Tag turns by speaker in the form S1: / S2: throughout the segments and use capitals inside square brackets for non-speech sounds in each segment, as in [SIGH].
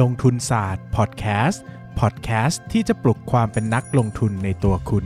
S1: ลงทุนศาสตร์พอดแคสต์พอดแคสต์ที่จะปลุกความเป็นนักลงทุนในตัวคุณ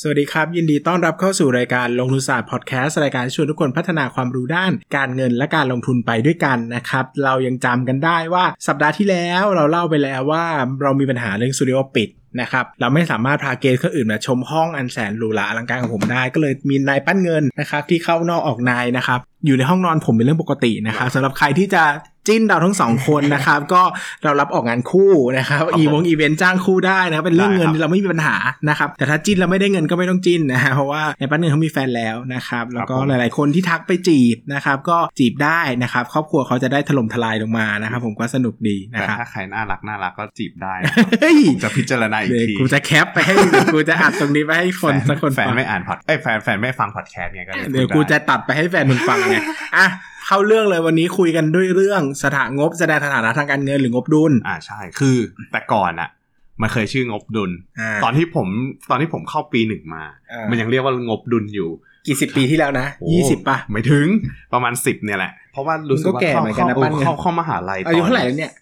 S1: สวัสดีครับ ยินดีต้อนรับเข้าสู่รายการลงทุนศาสตร์พอดแคสต์รายการที่ชวนทุกคนพัฒนาความรู้ด้านการเงินและการลงทุนไปด้วยกันนะครับ เรายังจำกันได้ว่าสัปดาห์ที่แล้วเราเล่าไปแล้วว่าเรามีปัญหาเรื่องสตูดิโอปิดนะครับเราไม่สามารถพาเกสต์คนอื่นมาชมห้องอันแสนหรูหราอลังการของผมได้ก็เลยมีนายปั้นเงินนะครับที่เข้านอกออกในนะครับอยู่ในห้องนอนผมเป็นเรื่องปกตินะครับสำหรับใครที่จะจิ้นเราทั้งสองคนนะครับ ก็เรารับออกงานคู่นะครับ
S2: ครับผม
S1: อีวงอีเวนต์จ้างคู่ได้นะครับเป็นเรื่องเงิน
S2: ได้ครับ
S1: เราไม่มีปัญหานะครับ แต่ถ้าจิ้นแล้วไม่ได้เงินก็ไม่ต้องจิ้นนะฮะเพราะว่าในปั้นเงินเขามีแฟนแล้วนะครับ แล้วก็
S2: ครับผม
S1: หลาย ๆ คนที่ทักไปจีบนะครับ ก็จีบได้นะครับ ครอบครัวเขาจะได้ถล่มทลายลงมานะครับ ผมก็สนุกดีนะ
S2: แต่
S1: ครับ
S2: ถ้าใครน่ารักน่ารักก็จีบได้
S1: [LAUGHS] เฮ้ย
S2: ผมจะพิจารณาอีก
S1: เดี๋ยว
S2: ที
S1: กูจะแคปไปให้กูจะอัดตรงนี้ไปให้คน
S2: แฟ
S1: สักคน
S2: แฟน
S1: ฟัง
S2: ไม่อ่านพอดเอ้ยแฟนแฟนไม่ฟังพอดแคสต์ไงก็เลย
S1: เดี๋ยวกู
S2: พูไ
S1: จะตัดไปให้แฟนมึงฟังไงอ่ะเข้าเรื่องเลยวันนี้คุยกันด้วยเรื่องสถานงบแสดงสถานะทางการเงินหรืองบดุล
S2: อ่าใช่คือแต่ก่อนอะมันเคยชื่องบดุล
S1: อ่า
S2: ตอนที่ผมตอนที่ผมเข้าปีหนึ่งมา
S1: อ่า
S2: มันยังเรียกว่างบดุลอยู่
S1: กี่สิบปีที่แล้วนะ
S2: โอ้
S1: ยี่สิบป่ะ
S2: ไม่ถึงประมาณสิบเนี่ยแหละ เพราะว่ารู้สึก
S1: มันก็
S2: ว่า
S1: แก่
S2: เข้า
S1: เหมือนกันนะ
S2: เข้า
S1: ปั้นเนี่ย
S2: เข้าเข้ามหาลัย
S1: อายุ
S2: ตน
S1: เท่าไหร่แล้วเนี่ย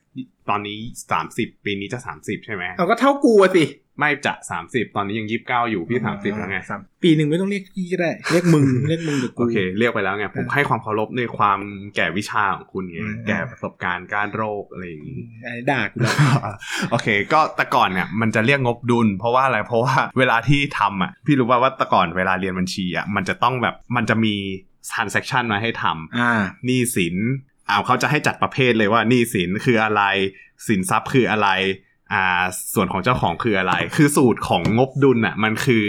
S2: ตอนนี้สามสิบปีนี้จะสามสิบใช่ไหม
S1: เอาก็เท่ากูอะสิ
S2: ไม่จะสามสิบตอนนี้ยังยี่สิบเก้าอยู่พี่สามสิบแล้วไง
S1: สามปีหนึ่งไม่ต้องเรียกพี่ก็ได้ เรียก
S2: [LAUGHS]
S1: มึง เรียกมึงหรือกู
S2: โอเค เรียกไปแล้วไง ผมให้ความเคารพในความแก่วิชาของคุณไง
S1: อืม
S2: แก่ประสบการณ์การโรคอะไรอย่าง
S1: อื
S2: นี้
S1: มไอ้ด่ากูแล้ว
S2: [LAUGHS] โอเค ก็แต่ก่อนเนี่ยมันจะเรียกงบดุล เพราะว่าอะไรเพราะว่าเวลาที่ทำอ่ะพี่รู้ป่าว่าแต่ก่อนเวลาเรียนบัญชีอ่ะมันจะต้องแบบมันจะมี transaction มาให้ทำ
S1: อ่า
S2: หนี้สินอ่าเขาจะให้จัดประเภทเลยว่าหนี้สินคืออะไร สินทรัพย์คืออะไรอ่าส่วนของเจ้าของคืออะไร คือสูตรของงบดุลอ่ะมันคือ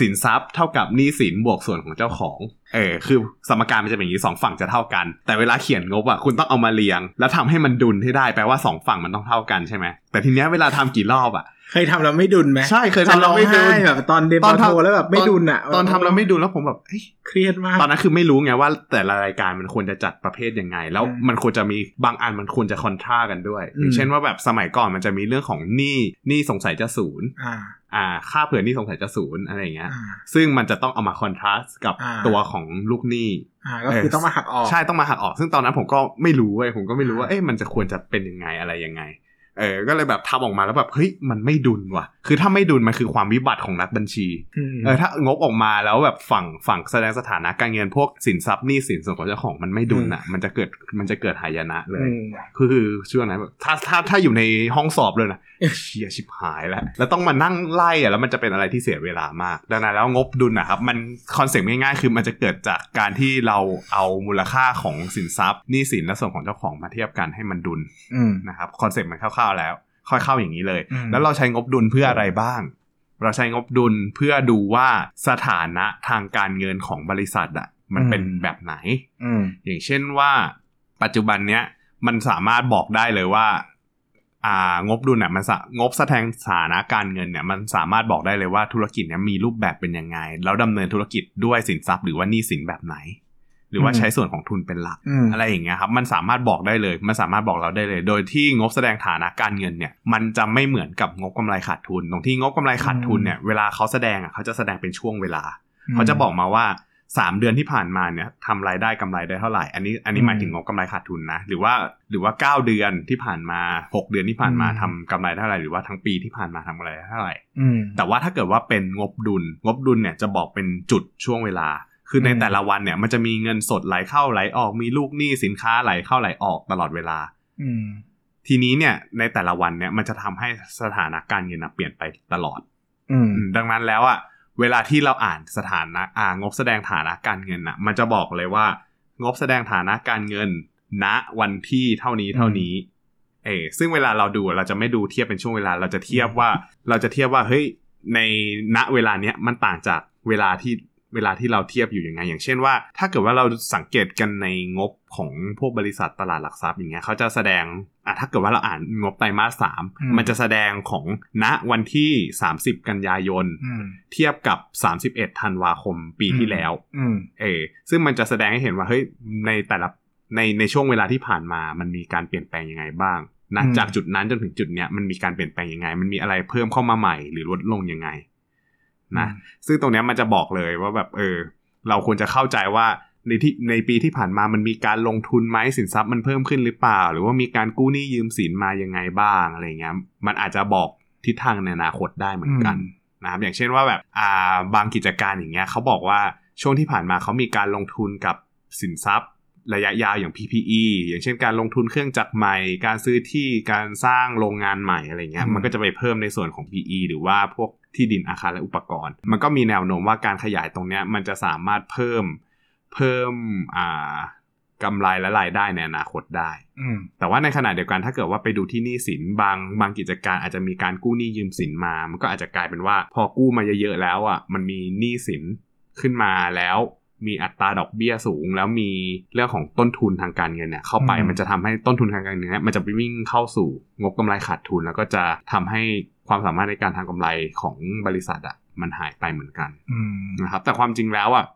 S2: สินทรัพย์เท่ากับหนี้สินบวกส่วนของเจ้าของเออคือสมการมันจะเป็นอย่างนี้สองฝั่งจะเท่ากัน แต่เวลาเขียนงบอ่ะคุณต้องเอามาเรียง แล้วทำให้มันดุลให้ได้แปลว่าสองฝั่งมันต้องเท่ากันใช่ไหมแต่ทีเนี้ยเวลาทำกี่รอบอ่ะ
S1: เคยทำแล้วไม่ดุนไหม
S2: ใช่เคยทำแล้วไม่ดุล
S1: จะร้องห้แบบตอนเด
S2: ต
S1: ม
S2: อน
S1: โท
S2: ทำ
S1: แล้วแบบไม่ดุนอ่ะ
S2: ตอนทำแล้วไม่ดุลแล้วผมแบบเอ้ย
S1: เครียดมาก
S2: ตอนนั้นคือไม่รู้ไงว่าแต่ละรายการมันควรจะจัดประเภทยังไง แล้ว
S1: อืม
S2: มันควรจะมีบางอันมันควรจะคอนทรากันด้วย
S1: อืม
S2: อย่างเช่นว่าแบบสมัยก่อนมันจะมีเรื่องของหนี้หนี้สงสัยจะศูนย์
S1: อ่า
S2: อ่า ค่าเผื่อหนี้สงสัยจะศูนย์อะไรอย่างเงี้ย
S1: อ่า
S2: ซึ่งมันจะต้องเอามาคอนทราสต์กับ
S1: อ่า
S2: ตัวของลูกหนี้
S1: อ่า ก็คือ
S2: เออ
S1: ต้องมาหักออก
S2: ใช่ต้องมาหักออก ซึ่งตอนนั้นผมก็ไม่รู้เว้ยผมก็ไม่รู้ว่าเอ๊ะมันจะควรจะเป็นยังไงอะไรยังไงเออก็เลยแบบทำออกมาแล้วแบบเฮ้ยมันไม่ดุลว่ะ คือถ้าไม่ดุลมันคือความวิบัติของนักบัญชี
S1: อืม
S2: เออถ้างบออกมาแล้วแบบฝั่งฝั่งแสดงสถานะการเงินพวกสินทรัพย์หนี้สินส่วนของเจ้าของมันไม่ดุลอ่ะ มันจะเกิดมันจะเกิดหายนะเลย
S1: ม
S2: คือคือช่วงนั้นแบบถ้าถ้าถ้าอยู่ในห้องสอบ [LAUGHS] เลยนะเชียชิบหายแล้ว แล้วต้องมานั่งไล่อ่ะแล้วมันจะเป็นอะไรที่เสียเวลามากดังนั้นแล้วงบดุลนะครับมันคอนเซ็ปต์ง่ายๆคือมันจะเกิดจากการที่เราเอามูลค่าของสินทรัพย์หนี้สินและส่วนของเจ้าของมาเทียบกันให้มันดุล
S1: อืม
S2: นะครับคอนเซ็ปต์มันคร่าวๆแล้วค่อยเข้าอย่างนี้เลย
S1: อืม
S2: แล้วเราใช้งบดุลเพื่ออะไรบ้าง เราใช้งบดุลเพื่อดูว่าสถานะทางการเงินของบริษัทอ่ะมันเป็นแบบไหน
S1: อืม
S2: อย่างเช่นว่าปัจจุบันเนี้ยมันสามารถบอกได้เลยว่า อ่างบดุลเนี่ยมันสะงบแสดงสถานะการเงินเนี่ยมันสามารถบอกได้เลยว่าธุรกิจเนี่ยมีรูปแบบเป็นยังไง แล้วดำเนินธุรกิจด้วยสินทรัพย์หรือว่าหนี้สินแบบไหน หรือว่า
S1: อืม
S2: ใช้ส่วนของทุนเป็นหลัก
S1: อืม
S2: อะไรอย่างเงี้ยครับ มันสามารถบอกได้เลย มันสามารถบอกเราได้เลย โดยที่งบแสดงฐานะการเงินเนี่ย มันจะไม่เหมือนกับงบกำไรขาดทุน ตรงที่งบกำไรขาดทุนเนี่ย เวลาเขาแสดงอ่ะเขาจะแสดงเป็นช่วงเวลา เขาจะบอกมาว่า 3 เดือนที่ผ่านมาเนี่ยทำรายได้กำไรได้เท่าไหร่ อันนี้ อันนี้หมายถึงงบกำไรขาดทุนนะ หรือว่า หรือว่า 9 เดือนที่ผ่านมา 6 เดือนที่ผ่านมาทำกำไรเท่าไหร่ หรือว่าทั้งปีที่ผ่านมาทำกำไรเท่าไหร่
S1: อืม
S2: แต่ว่าถ้าเกิดว่าเป็นงบดุล งบดุลเนี่ยจะบอกเป็นจุดช่วงเวลา คือใน
S1: อืม
S2: แต่ละวันเนี่ยมันจะมีเงินสดไหลเข้าไหลออกมีลูกหนี้สินค้าไหลเข้าไหลออกตลอดเวลา
S1: อืม
S2: ทีนี้เนี่ยในแต่ละวันเนี่ยมันจะทำให้สถานะการเงินน่ะเปลี่ยนไปตลอด
S1: อืม
S2: อืมดังนั้นแล้วอะเวลาที่เราอ่านสถานะอ่างบแสดงฐานะการเงินน่ะมันจะบอกเลยว่า งบแสดงฐานะการเงิน ณวันที่เท่านี้เท่านี้ เออซึ่งเวลาเราดูเราจะไม่ดูเทียบเป็นช่วงเวลาเราจะเทียบว่า เราจะเทียบว่าเฮ้ยในณเวลาเนี้ยมันต่างจากเวลาที่เวลาที่เราเทียบอยู่ยังไง อย่างเช่นว่า ถ้าเกิดว่าเราสังเกตกันในงบของพวกบริษัทตลาดหลักทรัพย์อย่างเงี้ยเขาจะแสดงอ่ะถ้าเกิดว่าเราอ่านงบไตรมาสสาม
S1: อืม
S2: มันจะแสดงของณวันที่ 30 กันยายน
S1: อืม
S2: เทียบกับ 31ธันวาคมปีที่แล้ว
S1: อืม
S2: เออซึ่งมันจะแสดงให้เห็นว่าเฮ้ยในแต่ละในในช่วงเวลาที่ผ่านมา มันมีการเปลี่ยนแปลงยังไงบ้างนะ
S1: อืม
S2: จากจุดนั้นจนถึงจุดเนี้ยมันมีการเปลี่ยนแปลงยังไง มันมีอะไรเพิ่มเข้ามาใหม่หรือลดลงยังไงนะซึ่งตรงเนี้ยมันจะบอกเลยว่าแบบเออ เราควรจะเข้าใจว่า ในที่ในปีที่ผ่านมามันมีการลงทุนไหมสินทรัพย์มันเพิ่มขึ้นหรือเปล่า หรือว่ามีการกู้หนี้ยืมสินมายังไงบ้างอะไรเงี้ยมันอาจจะบอกทิศทางในอนาคตได้เหมือนกันนะครับอย่างเช่นว่าแบบอ่าบางกิจการอย่างเงี้ยเขาบอกว่าช่วงที่ผ่านมาเขามีการลงทุนกับสินทรัพย์ ระยะยาวอย่าง PPE อย่างเช่นการลงทุนเครื่องจักรใหม่ การซื้อที่การสร้างโรงงานใหม่อะไรเงี้ย
S1: อืม
S2: มันก็จะไปเพิ่มในส่วนของ PE หรือว่าพวกที่ดินอาคารและอุปกรณ์ มันก็มีแนวโน้มว่าการขยายตรงเนี้ยมันจะสามารถเพิ่มเพิ่มอ่ากำไรและรายได้ในอนาคตได้
S1: อืม
S2: แต่ว่าในขณะเดียวกันถ้าเกิดว่าไปดูที่หนี้สินบางบางกิจการอาจจะมีการกู้หนี้ยืมสินมา มันก็อาจจะกลายเป็นว่า พอกู้มาเยอะๆแล้วอ่ะมันมีหนี้สินขึ้นมาแล้ว มีอัตราดอกเบี้ยสูง แล้วมีเรื่องของต้นทุนทางการเงินเนี่ยเข้าไป
S1: อืม
S2: มันจะทำให้ต้นทุนทางการเงินเนี่ยมันจะไปวิ่งเข้าสู่งบกำไรขาดทุน แล้วก็จะทำให้ความสามารถในการทางกำไรของบริษัทอ่ะมันหายไปเหมือนกัน
S1: อืม
S2: นะครับแต่ความจริงแล้วอ่ะ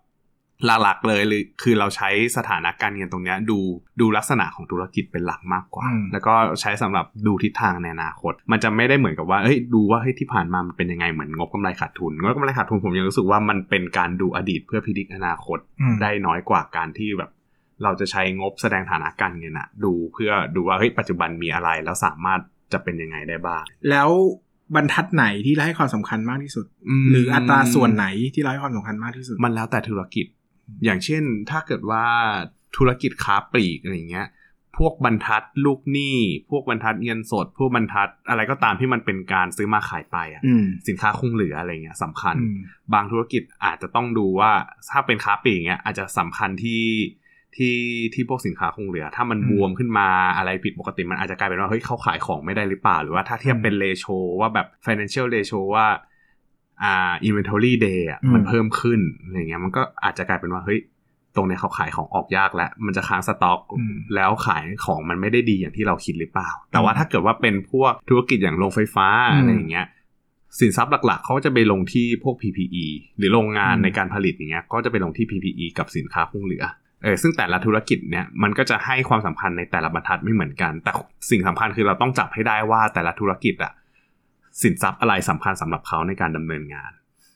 S2: หลักๆเลยหรือคือเราใช้สถานะการเงินตรงเนี้ยดูดูลักษณะของธุรกิจเป็นหลักมากกว่า
S1: อืม
S2: แล้วก็ใช้สำหรับดูทิศทางในอนาคต มันจะไม่ได้เหมือนกับว่าเอ้ยดูว่าเฮ้ยที่ผ่านมามันเป็นยังไงเหมือนงบกำไรขาดทุนงบกำไรขาดทุนผมยังรู้สึกว่ามันเป็นการดูอดีตเพื่อพิจิตรอนาคต
S1: อืม
S2: ได้น้อยกว่าการที่แบบ เราจะใช้งบแสดงฐานะการเงินอะดูเพื่อดูว่าเฮ้ยปัจจุบันมีอะไรแล้วสามารถจะเป็นยังไงได้บ้าง
S1: แล้วบรรทัดไหนที่เราให้ความสำคัญมากที่สุด หรืออัตราส่วนไหนที่เราให้ความสำคัญมากที่สุด
S2: มันแล้วแต่ธุรกิจ อย่างเช่นถ้าเกิดว่าธุรกิจค้าปลีกอะไรเงี้ย พวกบรรทัดลูกหนี้ พวกบรรทัดเงินสด พวกบรรทัดอะไรก็ตามที่มันเป็นการซื้อมาขายไปอะ
S1: อืม
S2: สินค้าคงเหลืออะไรเงี้ยสำคัญ
S1: อืม
S2: บางธุรกิจอาจจะต้องดูว่าถ้าเป็นค้าปลีกเงี้ยอาจจะสำคัญที่ที่ที่พวกสินค้าคงเหลือ ถ้ามัน
S1: อืม
S2: บวมขึ้นมาอะไรผิดปกติมันอาจจะกลายเป็นว่าเฮ้ยเขาขายของไม่ได้หรือเปล่า หรือว่าถ้าเทียบเป็นเลโชว่าแบบ financial ratio ว่าอ่า inventory day อ่ะ
S1: อืม
S2: มันเพิ่มขึ้นอะไรเงี้ยมันก็อาจจะกลายเป็นว่าเฮ้ยตรงเนี้ยเขาขายของออกยากแล้ว มันจะค้างสต็อก
S1: อืม
S2: แล้วขายของมันไม่ได้ดีอย่างที่เราคิดหรือเปล่า แต่ว่า
S1: อืม
S2: ถ้าเกิดว่าเป็นพวกธุรกิจอย่างโรงไฟฟ้า
S1: อืม
S2: อะไรอย่างเงี้ย สินทรัพย์หลักๆ เขาก็จะไปลงที่พวก PPE หรือโรงงาน
S1: อืม
S2: ในการผลิตอย่างเงี้ย ก็จะไปลงที่ PPE กับสินค้าคงเหลือ เออ ซึ่งแต่ละธุรกิจเนี่ย มันก็จะให้ความสำคัญในแต่ละบรรทัดไม่เหมือนกัน แต่สิ่งสำคัญคือเราต้องจับให้ได้ว่าแต่ละธุรกิจอะสินทรัพย์อะไรสำคัญสำหรับเขาในการดำเนินงาน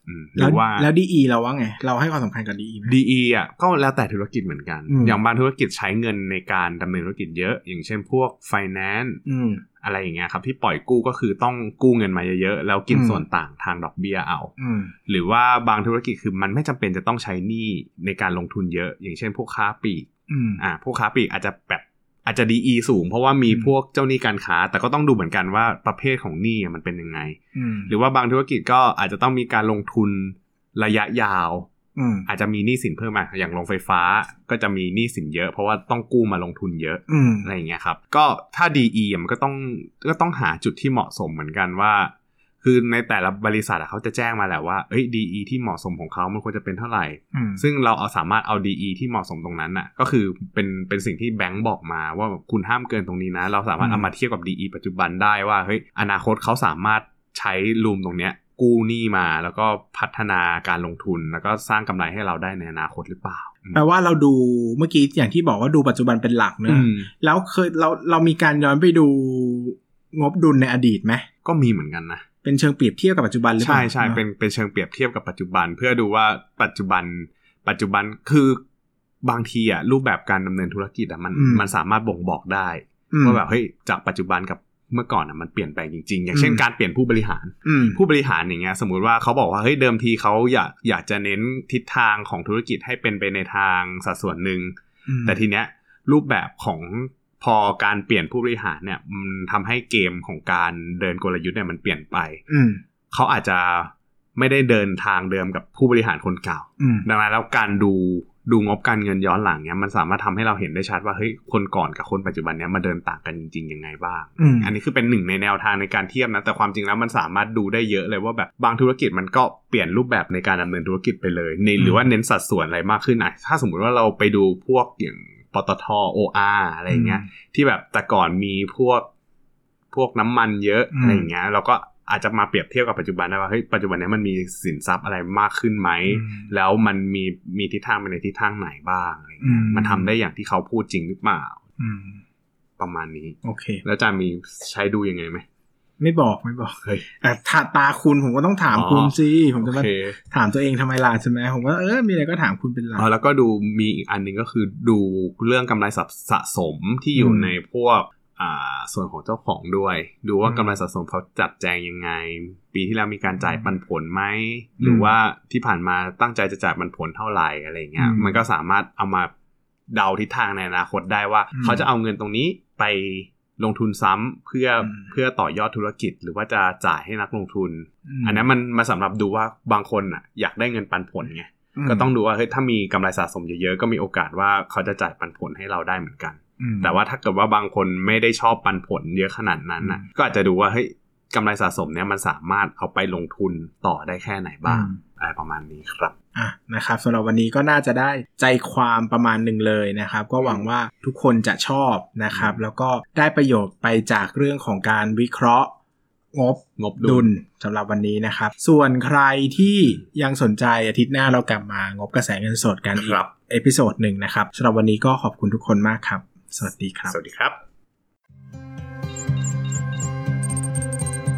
S2: อืมหรื
S1: แล้ว
S2: อว่า
S1: แล้วดีอีเราว่าไง เราให้ความสำคัญกับดีอีไหม
S2: DE อ่ะก็แล้วแต่ธุรกิจเหมือนกัน
S1: อืม
S2: อย่างบางธุรกิจใช้เงินในการดำเนินธุรกิจเยอะ อย่างเช่นพวก finance
S1: อืม
S2: อะไรอย่างเงี้ยครับที่ปล่อยกู้ก็คือต้องกู้เงินมาเยอะๆ แล้วกิน
S1: อืม
S2: ส่วนต่างทางดอกเบี้ยเอา
S1: อืม
S2: หรือว่าบางธุรกิจคือมันไม่จำเป็นจะต้องใช้หนี้ในการลงทุนเยอะ อย่างเช่นพวกค้าปลีก
S1: อืม
S2: อ่าพวกค้าปลีกอาจจะแบบอาจจะดีอีสูง เพราะว่ามี
S1: อืม
S2: พวกเจ้าหนี้การค้า แต่ก็ต้องดูเหมือนกันว่าประเภทของหนี้อ่ะมันเป็นยังไง
S1: อืม
S2: หรือว่าบางธุรกิจก็อาจจะต้องมีการลงทุนระยะยาว
S1: อืม
S2: อาจจะมีหนี้สินเพิ่มมาอย่างโรงไฟฟ้าก็จะมีหนี้สินเยอะ เพราะว่าต้องกู้มาลงทุนเยอะ
S1: อืม
S2: อะไรอย่างเงี้ยครับ ก็ถ้า DE อ่ะมันก็ต้องก็ต้องหาจุดที่เหมาะสมเหมือนกันว่า คือในแต่ละบริษัทอ่ะเขาจะแจ้งมาแหละว่าเอ้ย DE ที่เหมาะสมของเขามันควรจะเป็นเท่าไหร่
S1: อืม
S2: ซึ่งเราเอาสามารถเอา DE ที่เหมาะสมตรงนั้นน่ะก็คือเป็นเป็นสิ่งที่แบงก์บอกมาว่าแบบคุณห้ามเกินตรงนี้นะ เราสามารถ
S1: อืม
S2: เอามาเทียบกับ DE ปัจจุบันได้ว่าเฮ้ยอนาคตเขาสามารถใช้รูมตรงเนี้ยกู้หนี้มาแล้วก็พัฒนาการลงทุนแล้วก็สร้างกำไรให้เราได้ในอนาคตหรือเปล่า
S1: แปลว่าเราดูเมื่อกี้อย่างที่บอกว่าดูปัจจุบันเป็นหลักเน
S2: อื
S1: อะ
S2: ม
S1: แล้วเคยเราเรามีการย้อนไปดูงบดุลในอดีตไหม
S2: ก็มีเหมือนกันนะ
S1: เป็นเชิงเปรียบเทียบกับปัจจุบันหรือเป
S2: ใช่
S1: ล่า
S2: ใช่เป็นเป็นเชิงเปรียบเทียบกับปัจจุบัน เพื่อดูว่าปัจจุบัน ปัจจุบันคือบางทีอ่ะรูปแบบการดำเนินธุรกิจอ่ะมัน
S1: อืม
S2: มันสามารถบ่งบอกได้
S1: อืม
S2: ว่าแบบเฮ้ยจากปัจจุบันกับเมื่อก่อนอ่ะมันเปลี่ยนแปลงจริงๆ อย่างเช่น
S1: อืม
S2: การเปลี่ยนผู้บริหาร
S1: อืม
S2: ผู้บริหารอย่างเงี้ยสมมุติว่าเขาบอกว่าเฮ้ยเดิมทีเขาอยากอยากจะเน้นทิศทางของธุรกิจให้เป็นไปในทางสัดส่วนหนึ่ง แต่ทีเนี้ยรูปแบบของพอการเปลี่ยนผู้บริหารเนี่ยมันทำให้เกมของการเดินกลยุทธ์เนี่ยมันเปลี่ยนไป
S1: อืม
S2: เขาอาจจะไม่ได้เดินทางเดิมกับผู้บริหารคนเก่า
S1: อืม
S2: ดังนั้นแล้วการดูดูงบการเงินย้อนหลังเนี่ยมันสามารถทำให้เราเห็นได้ชัดว่าเฮ้ยคนก่อนกับคนปัจจุบันเนี่ยมาเดินต่างกันจริงๆยังไงบ้าง
S1: อืม
S2: อันนี้คือเป็นหนึ่งในแนวทางในการเทียบนะ แต่ความจริงแล้วมันสามารถดูได้เยอะเลยว่าแบบบางธุรกิจมันก็เปลี่ยนรูปแบบในการดำเนินธุรกิจไปเลยในหรือว่าเน้นสัดส่วนอะไรมากขึ้นอ่ะถ้าสมมุติว่าเราไปดูพวกอย่างปตทโออาอะไรอย่างเงี้ย ที่แบบแต่ก่อนมีพวกพวกน้ำมันเยอะ
S1: อืม
S2: อะไรอย่างเงี้ยเราก็อาจจะมาเปรียบเทียบกับปัจจุบันนะว่าเฮ้ยปัจจุบันเนี้ยมันมีสินทรัพย์อะไรมากขึ้นไหม
S1: อืม
S2: แล้วมันมีมีทิศทางไปในทิศทางไหนบ้างอะไรเงี้ย
S1: อืม
S2: มันทำได้อย่างที่เขาพูดจริงหรือเปล่า
S1: อืม
S2: ประมาณนี้
S1: โอเค
S2: แล้วอาจารย์มีใช้ดูยังไงไหม
S1: ไม่บอกไม่บอก
S2: เฮ้ย
S1: อ่ะถ้าตาคุณผมก็ต้องถาม
S2: อ๋อ
S1: คุณสิผม
S2: โอ
S1: จะมา
S2: เค
S1: ถามตัวเองทำไมล่ะใช่ไหมผมก็เออมีอะไรก็ถามคุณเป็นหลัก
S2: เอาแล้วก็ดูมีอีกอันหนึงก็คือดูเรื่องกำไรสะสะสมที่อยู่
S1: อืม
S2: ในพวกอ่าส่วนของเจ้าของด้วย ดูว่า
S1: อืม
S2: กำไรสะสมเขาจัดแจงยังไง ปีที่แล้วมีการจ่ายปันผลไหม
S1: ม
S2: หรือว่าที่ผ่านมาตั้งใจจะจ่ายปันผลเท่าไหร่อะไรเงี้ย
S1: อืม
S2: มันก็สามารถเอามาเดาทิศทางในอนาคตได้ว่า
S1: อืม
S2: เขาจะเอาเงินตรงนี้ไปลงทุนซ้ำเพื่ออ
S1: ม
S2: เพื่อต่อยอดธุรกิจ หรือว่าจะจ่ายให้นักลงทุน
S1: ม
S2: อันนั้นมันมาสำหรับดูว่าบางคนอ่ะอยากได้เงินปันผลไง
S1: ม
S2: ก็ต้องดูว่าเฮ้ยถ้ามีกำไรสะสมเยอะๆก็มีโอกาสว่าเขาจะจ่ายปันผลให้เราได้เหมือนกัน
S1: อืม
S2: แต่ว่าถ้าเกิดว่าบางคนไม่ได้ชอบปันผลเยอะขนาดนั้นน่ะ ก็อาจจะดูว่าเฮ้ยกำไรสะสมเนี่ยมันสามารถเอาไปลงทุนต่อได้แค่ไหนบ้าง
S1: อืม
S2: อะไรประมาณนี้ครับ
S1: อ่ะนะครับสำหรับวันนี้ก็น่าจะได้ใจความประมาณหนึ่งเลยนะครับ ก็หวังว่าทุกคนจะชอบนะครับ
S2: อืม
S1: แล้วก็ได้ประโยชน์ไปจากเรื่องของการวิเคราะห์ งบ
S2: งบดุ
S1: ดุ
S2: ล
S1: ลสำหรับวันนี้นะครับ ส่วนใครที่ยังสนใจอาทิตย์หน้าเรากลับมางบกระแสเงินสดกันอีก
S2: ครับ
S1: เอพิโซดหนึ่งนะครับสำหรับวันนี้ก็ขอบคุณทุกคนมากครับ สวัสดีครับ
S2: สวัสดีครับ